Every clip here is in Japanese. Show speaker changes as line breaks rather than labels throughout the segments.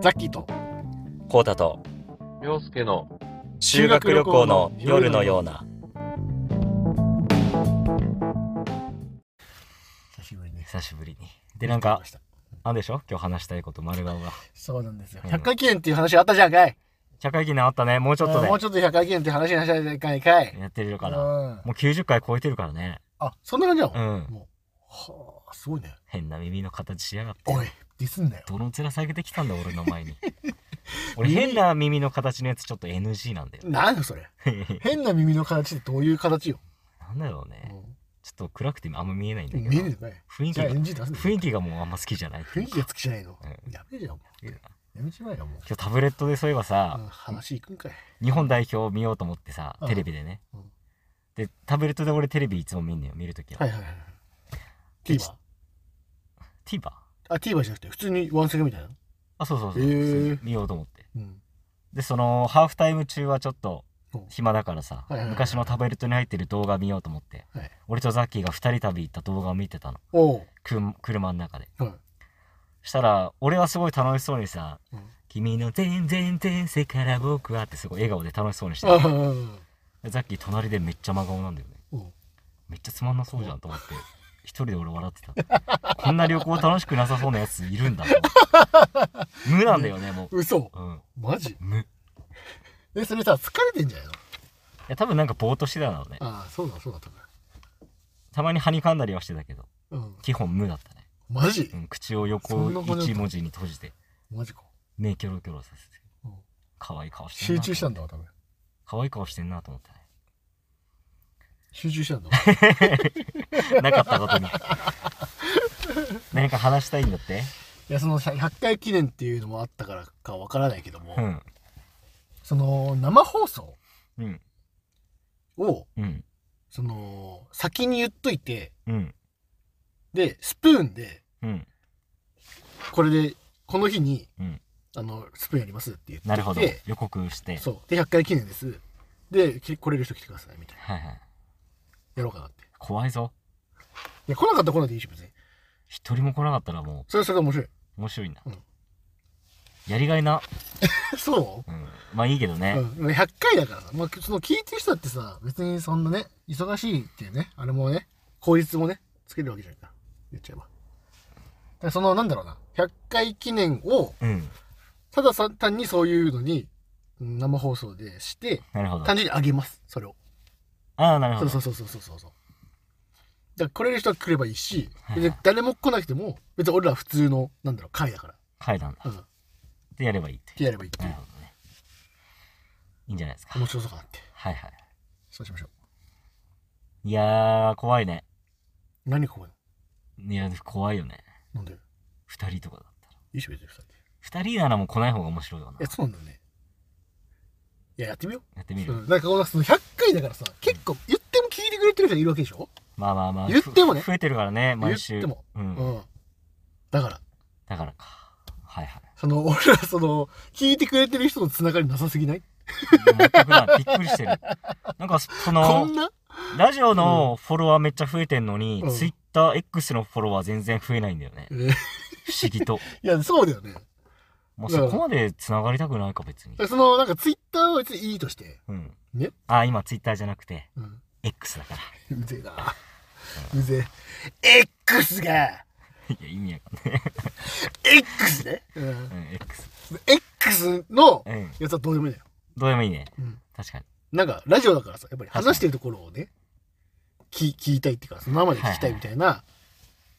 ザッキーと
コータと
洋介の
修学旅行の夜のような
久しぶりに
久しぶりにでなんか
ました
あんでしょ今日話したいこと丸顔が
そうなんですよ
うん
100回記念っていう話あったじゃんかい
社会記念あったねもうちょっと
うん
で
もうちょっと100回記念って話になっちゃいかいかい
やってる
う
からも
ん
う90回超えてるからね
あそんな感じな
う
の
ん
もうはあすごいね
変な耳の形しやがって
おいディスんなよ
どの面下げてきたんだ俺の 前に俺変な耳の形のやつちょっと NG なんだよ
なんだそれ変な耳の形ってどういう形よ
なんだろうねちょっと暗くてあんま見えないんだ
見
け
えねえの
ど
かい
雰囲気
じゃあ
が
NG 出すんだ
雰囲気がもうあんま好きじゃないって
雰
いう
囲
か
気がつきじゃないの
うん
やべえじゃんもうやめちまえよもう
今日タブレットでそういえばさ、
うん話いくんかい
日本代表を見ようと思ってさ
うん
テレビでね、
うん
でタブレットで俺テレビいつも見んのよ見るときは、
はいはいはい TVer
TVer
あ TVer じゃなくて普通にワンセグみたいな
あそうそうそう、
へー
見ようと思って
うん
でそのハーフタイム中はちょっと
うん
暇だからさ、
はいはいはい
昔のタブレットに入ってる動画見ようと思って、
はい
俺とザッキーが2人旅行った動画を見てたの
おう
くん車の中で
はい
したら俺はすごい楽しそうにさ
うん
「君の全然前世から僕は」ってすごい笑顔で楽しそうにして
あ
る
あうん
でザッキー隣でめっちゃ真顔なんだよね
うん
めっちゃつまんなそうじゃんと思って一人で俺笑ってたこんな旅行楽しくなさそうなやついるんだと思って無なんだよねも
嘘
う、うん、
マジ
無い
えそれさ疲れてんじゃないの
や多分なんかぼーっとしてたのね
ああそうだそうだ多
たまにはにかんだりはしてたけど
分うん
基本無だったね、
マジ
うん、口を横
そんなことだった
一文字に閉じて
マジか
目キョロキョロさせて
うん
可愛い顔してん
集中
なと思って
したんだわ多分
可愛い顔してんなと思ったね
集中したんだわ
なかったことに何か話したいんだって
いやそのさ100回記念っていうのもあったからかわからないけども
うん
その生放送
うん
を
うん
その先に言っといて
うん
でスプーンで
うん
これでこの日に
うん
あのスプーンやりますって言ってきて
なるほど予告して
そうで100回記念ですでき来れる人来てくださいみたいな
はいはい
やろうかなってい
怖いぞ
や来なかったら来ないでいいし別に
一人も来なかったらも
それはそれで面 白い
う面白いな、
うん
やりがいな、
そう
うん、まあいいけどね、
うん、100回だからさ、まあ、その聞いてる人だってさ別にそんなね忙しいっていうねあれもね効率もねつけるわけじゃないから言っちゃえばだからそのなんだろうな100回記念を
うん
たださ単にそういうのにうん生放送でして
なるほど
単純にあげますそれを
ああなるほ
そ
ど
うそうそうそうそうそうそうだから来れる人は来ればいいし
はい
で誰も来なくても別に俺らは普通のなんだろう回だか
階段
ら
だ
うんっ
ってやればいいって
てやればいいって
ないる
う
ほどねいいんじゃないですか
面白そうかなって
はいはい
そうしましょう
いやー怖いね
何ここ
いや怖いよね
なんでい
二人とかだったら
いし別に2人で
二人ならもう来ない方が面白いよない
や、そうなんだよね。いや、やってみよ
やって
う。
み
う
る
ん、なんかこのその100回だからさ、結構言っても聞いてくれてる人いるわけでしょ、
まあまあまあ
言ってもね
ふ増えてるからね毎週
言っても
うん
うん、だから、
だからかはいはい
その、俺らその、聞いてくれてる人のつながりなさすぎない
全くないびっくりしてるなんかその
こんな
ラジオのフォロワーめっちゃ増えてんのに、
うん
TwitterX のフォロワー全然増えないんだよね
え。ーい
不思議と。
や、そうだよね。だか
もうそこまで繋がりたくないか、別に。
らその、なんかツイッターは別にいいとして、
うん。
ね
あ、今 Twitter じゃなくて、
うん、
X だから。
うぜえな。うぜえ。X が
いや、意味わかんない。
X ね、うん、
うん、X。
X の
うん。
やつはどうでもいいんだよ。
どうでもいいね。
うん
確かに。
なんか、ラジオだからさ、やっぱり話してるところをね、聞聞いたいっていうか、そのままで聞きたいみたいな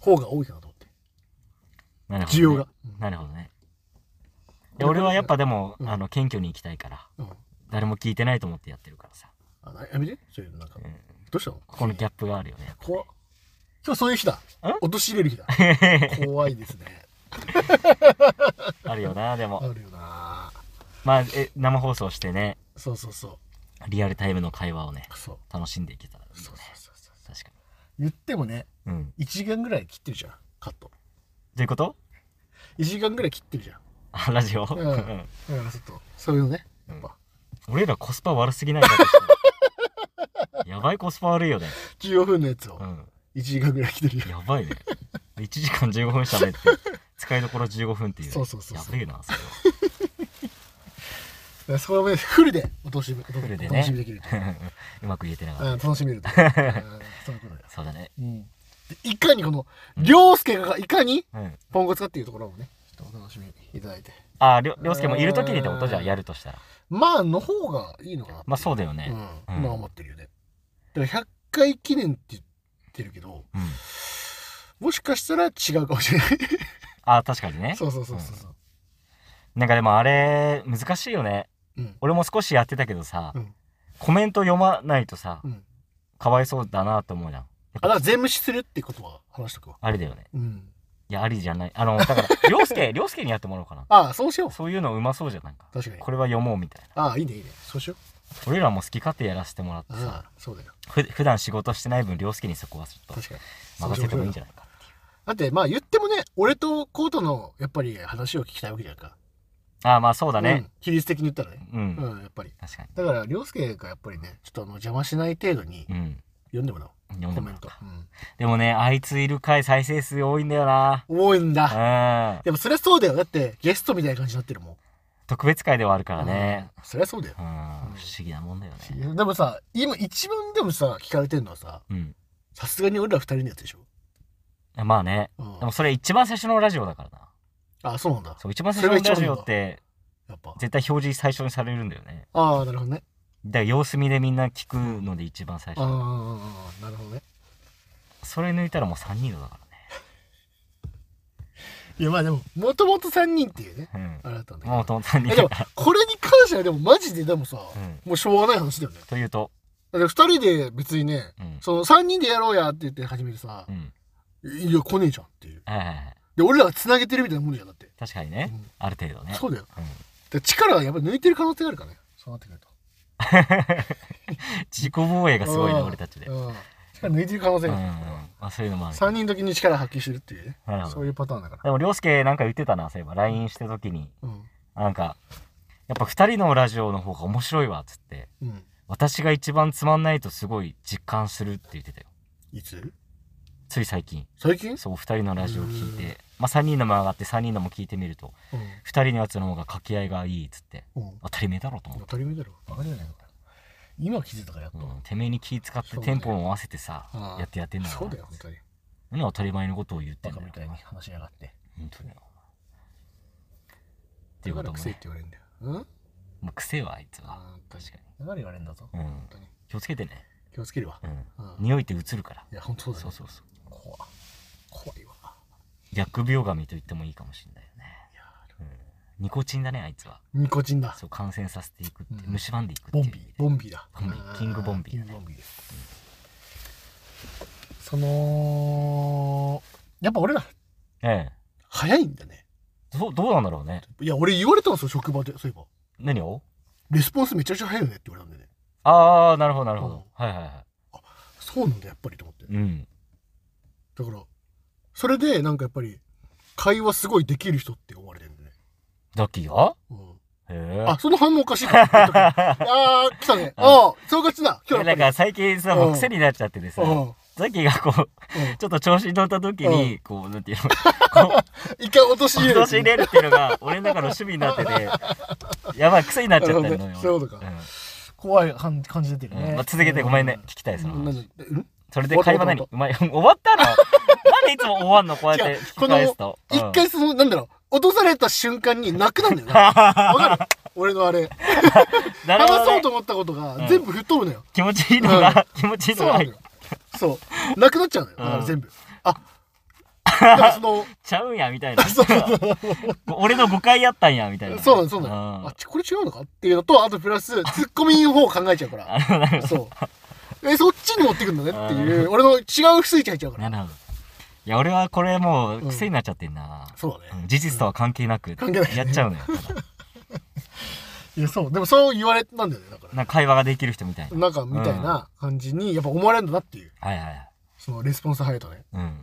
方が多いかなと思って。
なるほど、ね。
需要が。。
なるほどね。いや俺はやっぱでも、
うん
あの、謙虚に行きたいから、
うん。
誰も聞いてないと思ってやってるからさ。
あなやめてそういう、なんか
う、ん。
どうしたの
ここのギャップがあるよね。
怖っ今日そういう日だ。落とし入れる 日だ。怖いですね。
あるよな、でも。
あるよな
まあ、え、生放送してね、
そうそうそ
リアルタイムの会話をね、
う。そう。
楽しんでいけたらいいよね。
そうそうそうそう。
確か
言
に。
ってもね、
うん。
1時間ぐらい切ってるじゃん、カット。
どういうこと
1時間ぐらい切ってるじゃん。
あ、ラジオ、
うん
うん
だからちょっと、そういうのね、やっぱ、
俺らコスパ悪すぎないかってやばいコスパ悪いよね。
15分のやつを
うん。
1時間ぐらい切ってるよ。
やばいね。1時間15分喋って、使いどころ15分っていう、ね。
そうそうそうそう
やべえな、それは。
からそれもねフルでお楽しみお
フルでね
楽しみできると、
うまく言えてな
う
か
ん
っ、
楽しめるとうんそういうことだよ
た。そうだね。
うんでいかにこの涼介がいかに
うん。
ポンコツかっていうところをねちょっとお楽しみいただいて
あ、りょ、りょうすけもいるときにってことじゃ、
うん
やるとしたら。
まあの方がいいのかな
まあそうだよ
う
ね。
ん、まあ思ってるよね。だから100回記念って言ってるけど、
うん。
もしかしたら違うかもしれない。
あ、確かにね。
そうそうそうそうそう。
なんかでもあれ、難しいよね。
うん。
俺も少しやってたけどさ
う、ん。
コメント読まないとさ
う、ん。
かわいそうだなと思うじゃん。
あ、だから全無視するってことは話しとくわ。
あれだよね。
うん。
いや、ありじゃない。あの、だから、りょうすけ、りょうすけにやってもらおうかな。
ああ、そうしよう。
そういうのうまそうじゃん、なんか。
確かに。
これは読もうみたいな。
ああ、いいね、いいね。そうしよ
俺らも好き勝手やらせてもらって
う。
さ、
ああ、そうだよ。
ふ普段仕事してない分、りょうすけにそこはちょっと
確かに。
任せてもいいんじゃないか。
だって、まあ言ってもね、俺とコートのやっぱり話を聞きたいわけじゃんか。
あー、まあそうだ
う
ね。
ん。比率的に言ったらね。
うん。
うん、やっぱり。
確かに。
だから、涼介がやっぱりね、ちょっとあの邪魔しない程度に
うん。
読んでもらおう。
読
コ
んで
メ
も
ント。うん。
でもね、あいついる回再生数多いんだよな。
多いんだ。
うん。
でもそりゃそうだよ。だってゲストみたいな感じになってるもん。
特別回ではあるからね。
うん。そりゃそうだよ
う。ん。不思議なもんだよね。
でもさ、今一番でもさ、聞かれてるのはさ、
うん。
さすがに俺ら二人のやつでしょ。
まあね。
うん
でもそれ一番最初のラジオだからな。
あ、そうなんだ。
そう、一番最初のラジオって、
やっぱ。
絶対表示最初にされるんだよね。
ああ、なるほどね。
だから様子見でみんな聞くので一番最
ああ
初。
ああ、なるほどね。
それ抜いたらもう3人だか
いや、まあでも、もともと三人っていうね、
らね。
あれだったんだ
う
け
ん。もう
ど。
と3
えで
人
も、これに関してはでもマジででもさ、
うん。
もうしょうがない話だよね。
というと、
だって二人で別にね、
うん。
その三人でやろうやって言って始めてさ
う、ん。
いや、来ねえじゃんっていう。
はいはいはい。
で、俺らが繋げてるみたいなもんじゃん、だって。
確かにね
うん。
ある程度ね。
そうだよ。
うん。
で力がやっぱ抜いてる可能性があるからねそうなってくると
自己防衛がすごいね、
うん
俺たちで。
うん力抜いてる可能性
うん。
がある、
まあそういうのもある。
3人時に力発揮してるっていうね
なるほど
そういうパターンだから
でも、涼介なんか言ってたな、そういえば、LINE してる時に、
うん
なんか、やっぱ二人のラジオの方が面白いわ、っつって、
うん
私が一番つまんないとすごい実感するって言ってたよ。
いつ
つい最近、
最近、
そう、二人のラジオ聞いうて、まあ三人のも上がって三人のも聞いてみると、
う
二人のやつの方が掛け合いがいい、っつって、
んうん、
当たり前だろうと思っ
当
て。
たり前だろバカじゃないのかよ今気づいたからやっと、
うん、てめえに気使って
そうだ
テ
よ
ンポも合わせてさ、
ああ
やってやってんだから
そうだよ本当に
何当たり前のことを言って
バ
ん
カ
だ
み
よ
たいに話しやがって
本当にってい
だ
うこ
から
とも
癖って言
ね
われるんだようん
まあ癖はあいつは
あ
確かに
だから言われるんだぞ、
うん
本当に
気をつけてね、
気をつけるわ、
うん、
うんい
匂いって移るから
や本当そうだ
そ
よ
うそうそう
怖っ怖いわ
薬病神と言ってもいいかもしれないよね、
いや
うん、ニコチンだねあいつは
ニコチンだ
そう感染させていくって、
うん
蝕んでいくって
ボ
いう
ンビー、ボンビーだ。
ボンビーキングボンビー
キングボンビーです。その、やっぱ俺ら、
え
早いんだね。
えどうどうなんだろうね
いや、俺言われたんですよ、職場で。そういえば。
何を
レスポンスめちゃくちゃ早いよねって言われたんでね。
ああなるほどなるほど、
うん
はいはいは
そうなんだ、やっぱりと思って。
いうん
だから、それで、なんかやっぱり、会話すごいできる人って思われてるんでね。
ダッキーが
うん。
へえ
あ、その反応おかしいから。言っとくあー、来たね。あー、そうがちだ。今日
な
や
ん
っぱ
か最近さ、
うん
癖になっちゃっててさ、
り。うんうん
ザッキーがこう、ちょっと調子に乗った時に、
う
こう、なん ていうの、こう、
一回落とし入れる
落とし入れるっていうのが俺の中の趣味になっ ててやばい癖になっちゃってるのよ
そういうことか
うん
怖い感じ感じ出てる
う
ね
んまあ、続けてごめんね聞きたいその
なん
話
でうん
それで会話
終
何
わ
うまい終わったのなんでいつも終わんのこうやっ
違
て
う
聞き返すと
一
うん
回その、なんだろう、落とされた瞬間になくなんだ よな。わかる俺のあれ。
なるほ
話
ど
そ
ね
うと思ったことが
ん
全部吹っ飛ぶのよ。
気持ちいいのが気持ちいい
そう
の
な
が
のよ。そう。なくなっちゃうのよ。だから全部。 あ、だからその、
ちゃうんやみたいな 俺の誤解やったんやみたいな
そうなの、そうなの。
ん
あ、ちこれ違うのかっていうのと、あとプラス、ツッコミの方を考えちゃう から。そう。え、そっちに持ってくんだねっていう、俺の違うスイッチ入っちゃうから。
なるほどいや俺はこれもう癖になっちゃってんな、
そうだ
う
ね。
ん事実とは関係なく
関係ない
やっちゃうのよ ただ
いや、そう。でもそう言われたんだよね、だから。
なんか会話ができる人みたいな
なんか、みたいな感じに、やっぱ思われるんだなっていう。
はいはいはい
その、レスポンス早いとね。
うん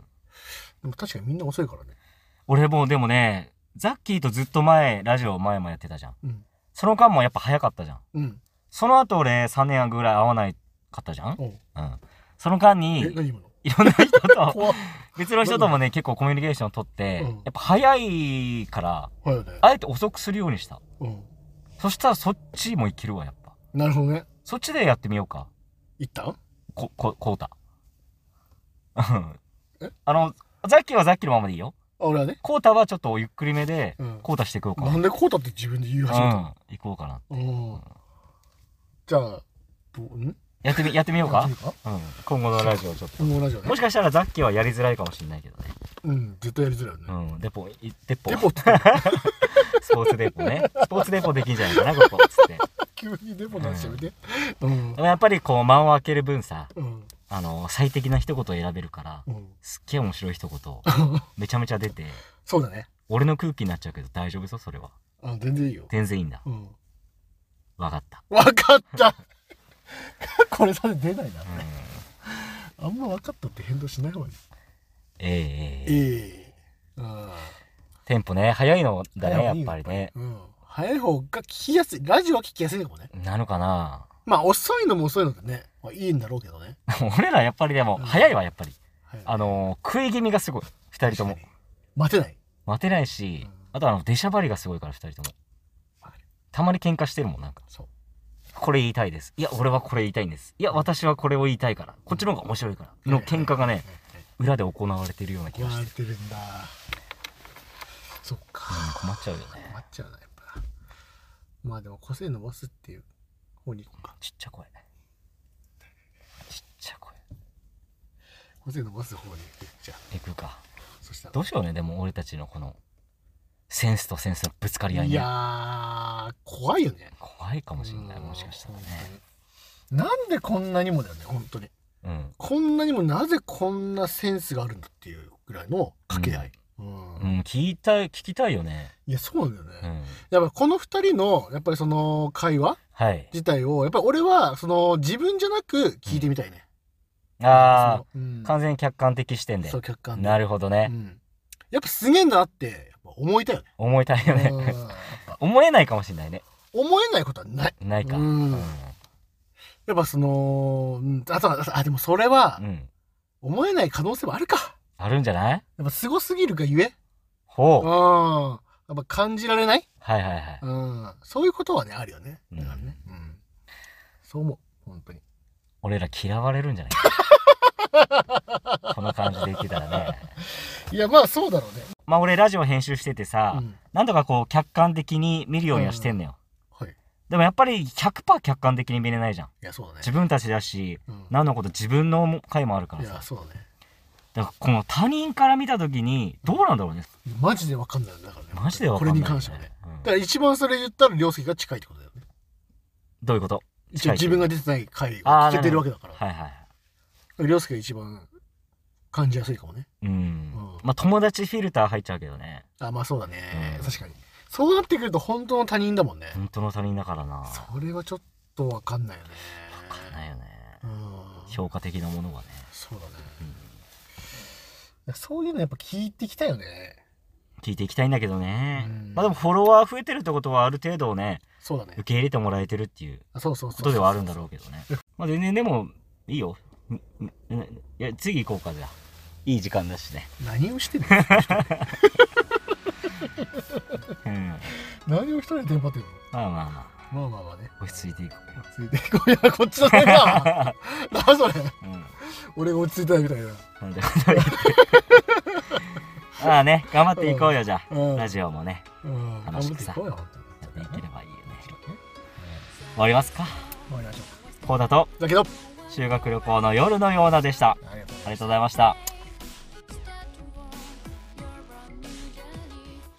でも確かにみんな遅いからね。
俺もうでもねザッキーとずっと前ラジオ前もやってたじゃん
うん。
その間もやっぱ早かったじゃん
うん。
その後俺3年ぐらい会わないかったじゃん
おう
うんその間
え、
に
何今の
いろんな 人と
怖っ。
別の人ともね結構コミュニケーションを取って
うん
やっぱ早いから
怖いよね。
あえて遅くするようにした
うん。
そしたらそっちもいけるわ、やっぱ。
なるほどね。
そっちでやってみようか。
一旦
こ、こ、こうた。うん
え
あの、ザッキーはザッキーのままでいいよ。
あ、俺はね。
こうたはちょっとゆっくりめで
うん、
こうたしていこうか。
なんでこうたって自分で言い始めたの
うん、行こうかな。
うん。じゃあ、どうん
やってみ、やってみようか
やってみるか。
うん、今後のラジオちょっ
このラジオ
と。
ね
も。しかしたらザッキーはやりづらいかもしれないけどね。
うん、絶対やりづらいよね。
うん、デポ、いデポ。
デポって
スポーツデポね。スポーツデポできんじゃないかな、ここ。つって。
急にデモ出してみて。うん
で。もやっぱりこう、間を空ける分さ、
うん。
あの、最適な一言を選べるから
う、ん。
すっげえ面白い一 言、めちゃめちゃ出て、
そうだね。
俺の空気になっちゃうけど大丈夫そう、それは。
あ、全然いいよ。
全然いいんだ。
うん。
わかった。
わかったこれさ出ないな
う。ん。
あんまわかったって変動しない方がいい。
ええええええ
ええあ
テンポね、早いのだね、
早
や
い
っ
よ
ぱりね。
あうん。早い方が聞きやすい。ラジオは聞きやすいのかもね。
なのかな
まあ、遅いのも遅いのでね、まあ、いいんだろうけどね。
俺らやっぱりでも、早いわ、やっぱり。
はい
あのー、食い気味がすごい。二人とも
確。かに待てない。
待てないし
うん、
あとあの、出しゃばりがすごいから、二人とも
わかる。
たまに喧嘩してるもん、なんか。
そう。
これ言いたいです。いや、俺はこれ言いたいんです。いや、私はこれを言いたいから。こっちの方が面白いから。の喧嘩がね、裏で行われてるような気
言
がし
わ
て
れ
る。
てるんだ。そっ
うん
か。
困っちゃうよ
困
ね。
っちゃうな、やっぱな。まあでも、個性伸ばすっていう方に行こうか。
ちっちゃい声。ちっちゃい声。
個性伸ばす方に行く。じゃあ、
行くか。
そしたら。
どうしようね、でも俺たちのこの、センスとセンスのぶつかり合い
い
ね。
やー、怖いよね。
怖いかもしれない、もしかしたらね。
うん。なんでこんなにもだよね、本当に。
うん。
こんなにもなぜこんなセンスがあるんだっていうぐらいの掛け合い。うん
うん、聞いたい、聞きたいよね。
いや、そうなんだよ
う
ね。
ん。
やっぱこの二人の、やっぱりその会話
はい。
自体を、やっぱり俺は、その自分じゃなく聞いてみたいね。
ああ、
そのうん
完全に客観的視点で
そう、。客観
な
る
るほどね。
やっぱすげえんだなって、やっぱ思いたいよね。
思いたいよ
うん
ね。
やっぱ
思えないかもしれないね。
思えないことはない。
ないか。
う
うんん。
やっぱその、うんあとは、あでもそれは
う、ん。
思えない可能性もあるか。
あるんじゃない
やっぱすごすぎるがゆえ、
ほ
うん。
う。
やっぱ感じられない、
はいはいはい。
うん、そういうことはね、あるよね。
うん
だからね。うん、そう思う。本当に。
俺ら嫌われるん じゃないこの感じでいけたらね。
いや、まあそうだろうね。
まあ俺ラジオ編集してて
う
さ、
ん。
なんとかこう客観的に見るようにはしてんのよ。
はい。い
でもやっぱり100%客観的に見れないじゃん。
や、そうだね。
自分たちだし、
うん
何のこと自分の回もあるから
い
さ。
や、そうだね。
だからこの他人から見た時に、どうなんだろうね。
マジでわかんないんだからね。
マジでわかんな
こ
い、
れに関してはね。
うん
だから一番それ言ったら、両席が近いってことだよね。
どういうこと
一応自分が出てない回を
あー
聞けてるわけだから。
はいはいはい。
凌介が一番感じやすいかもね。
うん。
うん
まあ友達フィルター入っちゃうけどね。
あ、まあそうだね。
うん
確かに。そうなってくると本当の他人だもんね。
本当の他人だからな。わ
それはちょっとわかんないよね。
かんないよね。
うん。
評価的なものはね。
そうだね。そういうのやっぱ聞いてきたよね。
聞いていきたいんだけどね。
うん
まあでもフォロワー増えてるってことはある程度ね、
そうだね
受。け入れてもらえてるっていう
あそうそうそう。
ことではあるんだろうけどね。まあ全然でも、いいよ。んんんいや、次行こうかじゃあ。いい時間だしね。
何を してる
うん。
何を一人でテンパってる
まあまあま
のまあまあまあね。
あ、落ち着いていこ
ついてこいや、こっちのテン パなそれ。
う。うん。
俺が落ち着いたみたいな。
なんてこと言ってまあね、頑張っていこうよ、じゃあ。
うん
ラジオもね、
うん。
楽し
頑張っ
く
てい
さ
こうよ。
やっていければいいよね。
ね
終わりますか。
終わりましょ
こうだと、
う。だけど、
修学旅行の夜のようなでした。
ありがとうございます
ありがとうございました。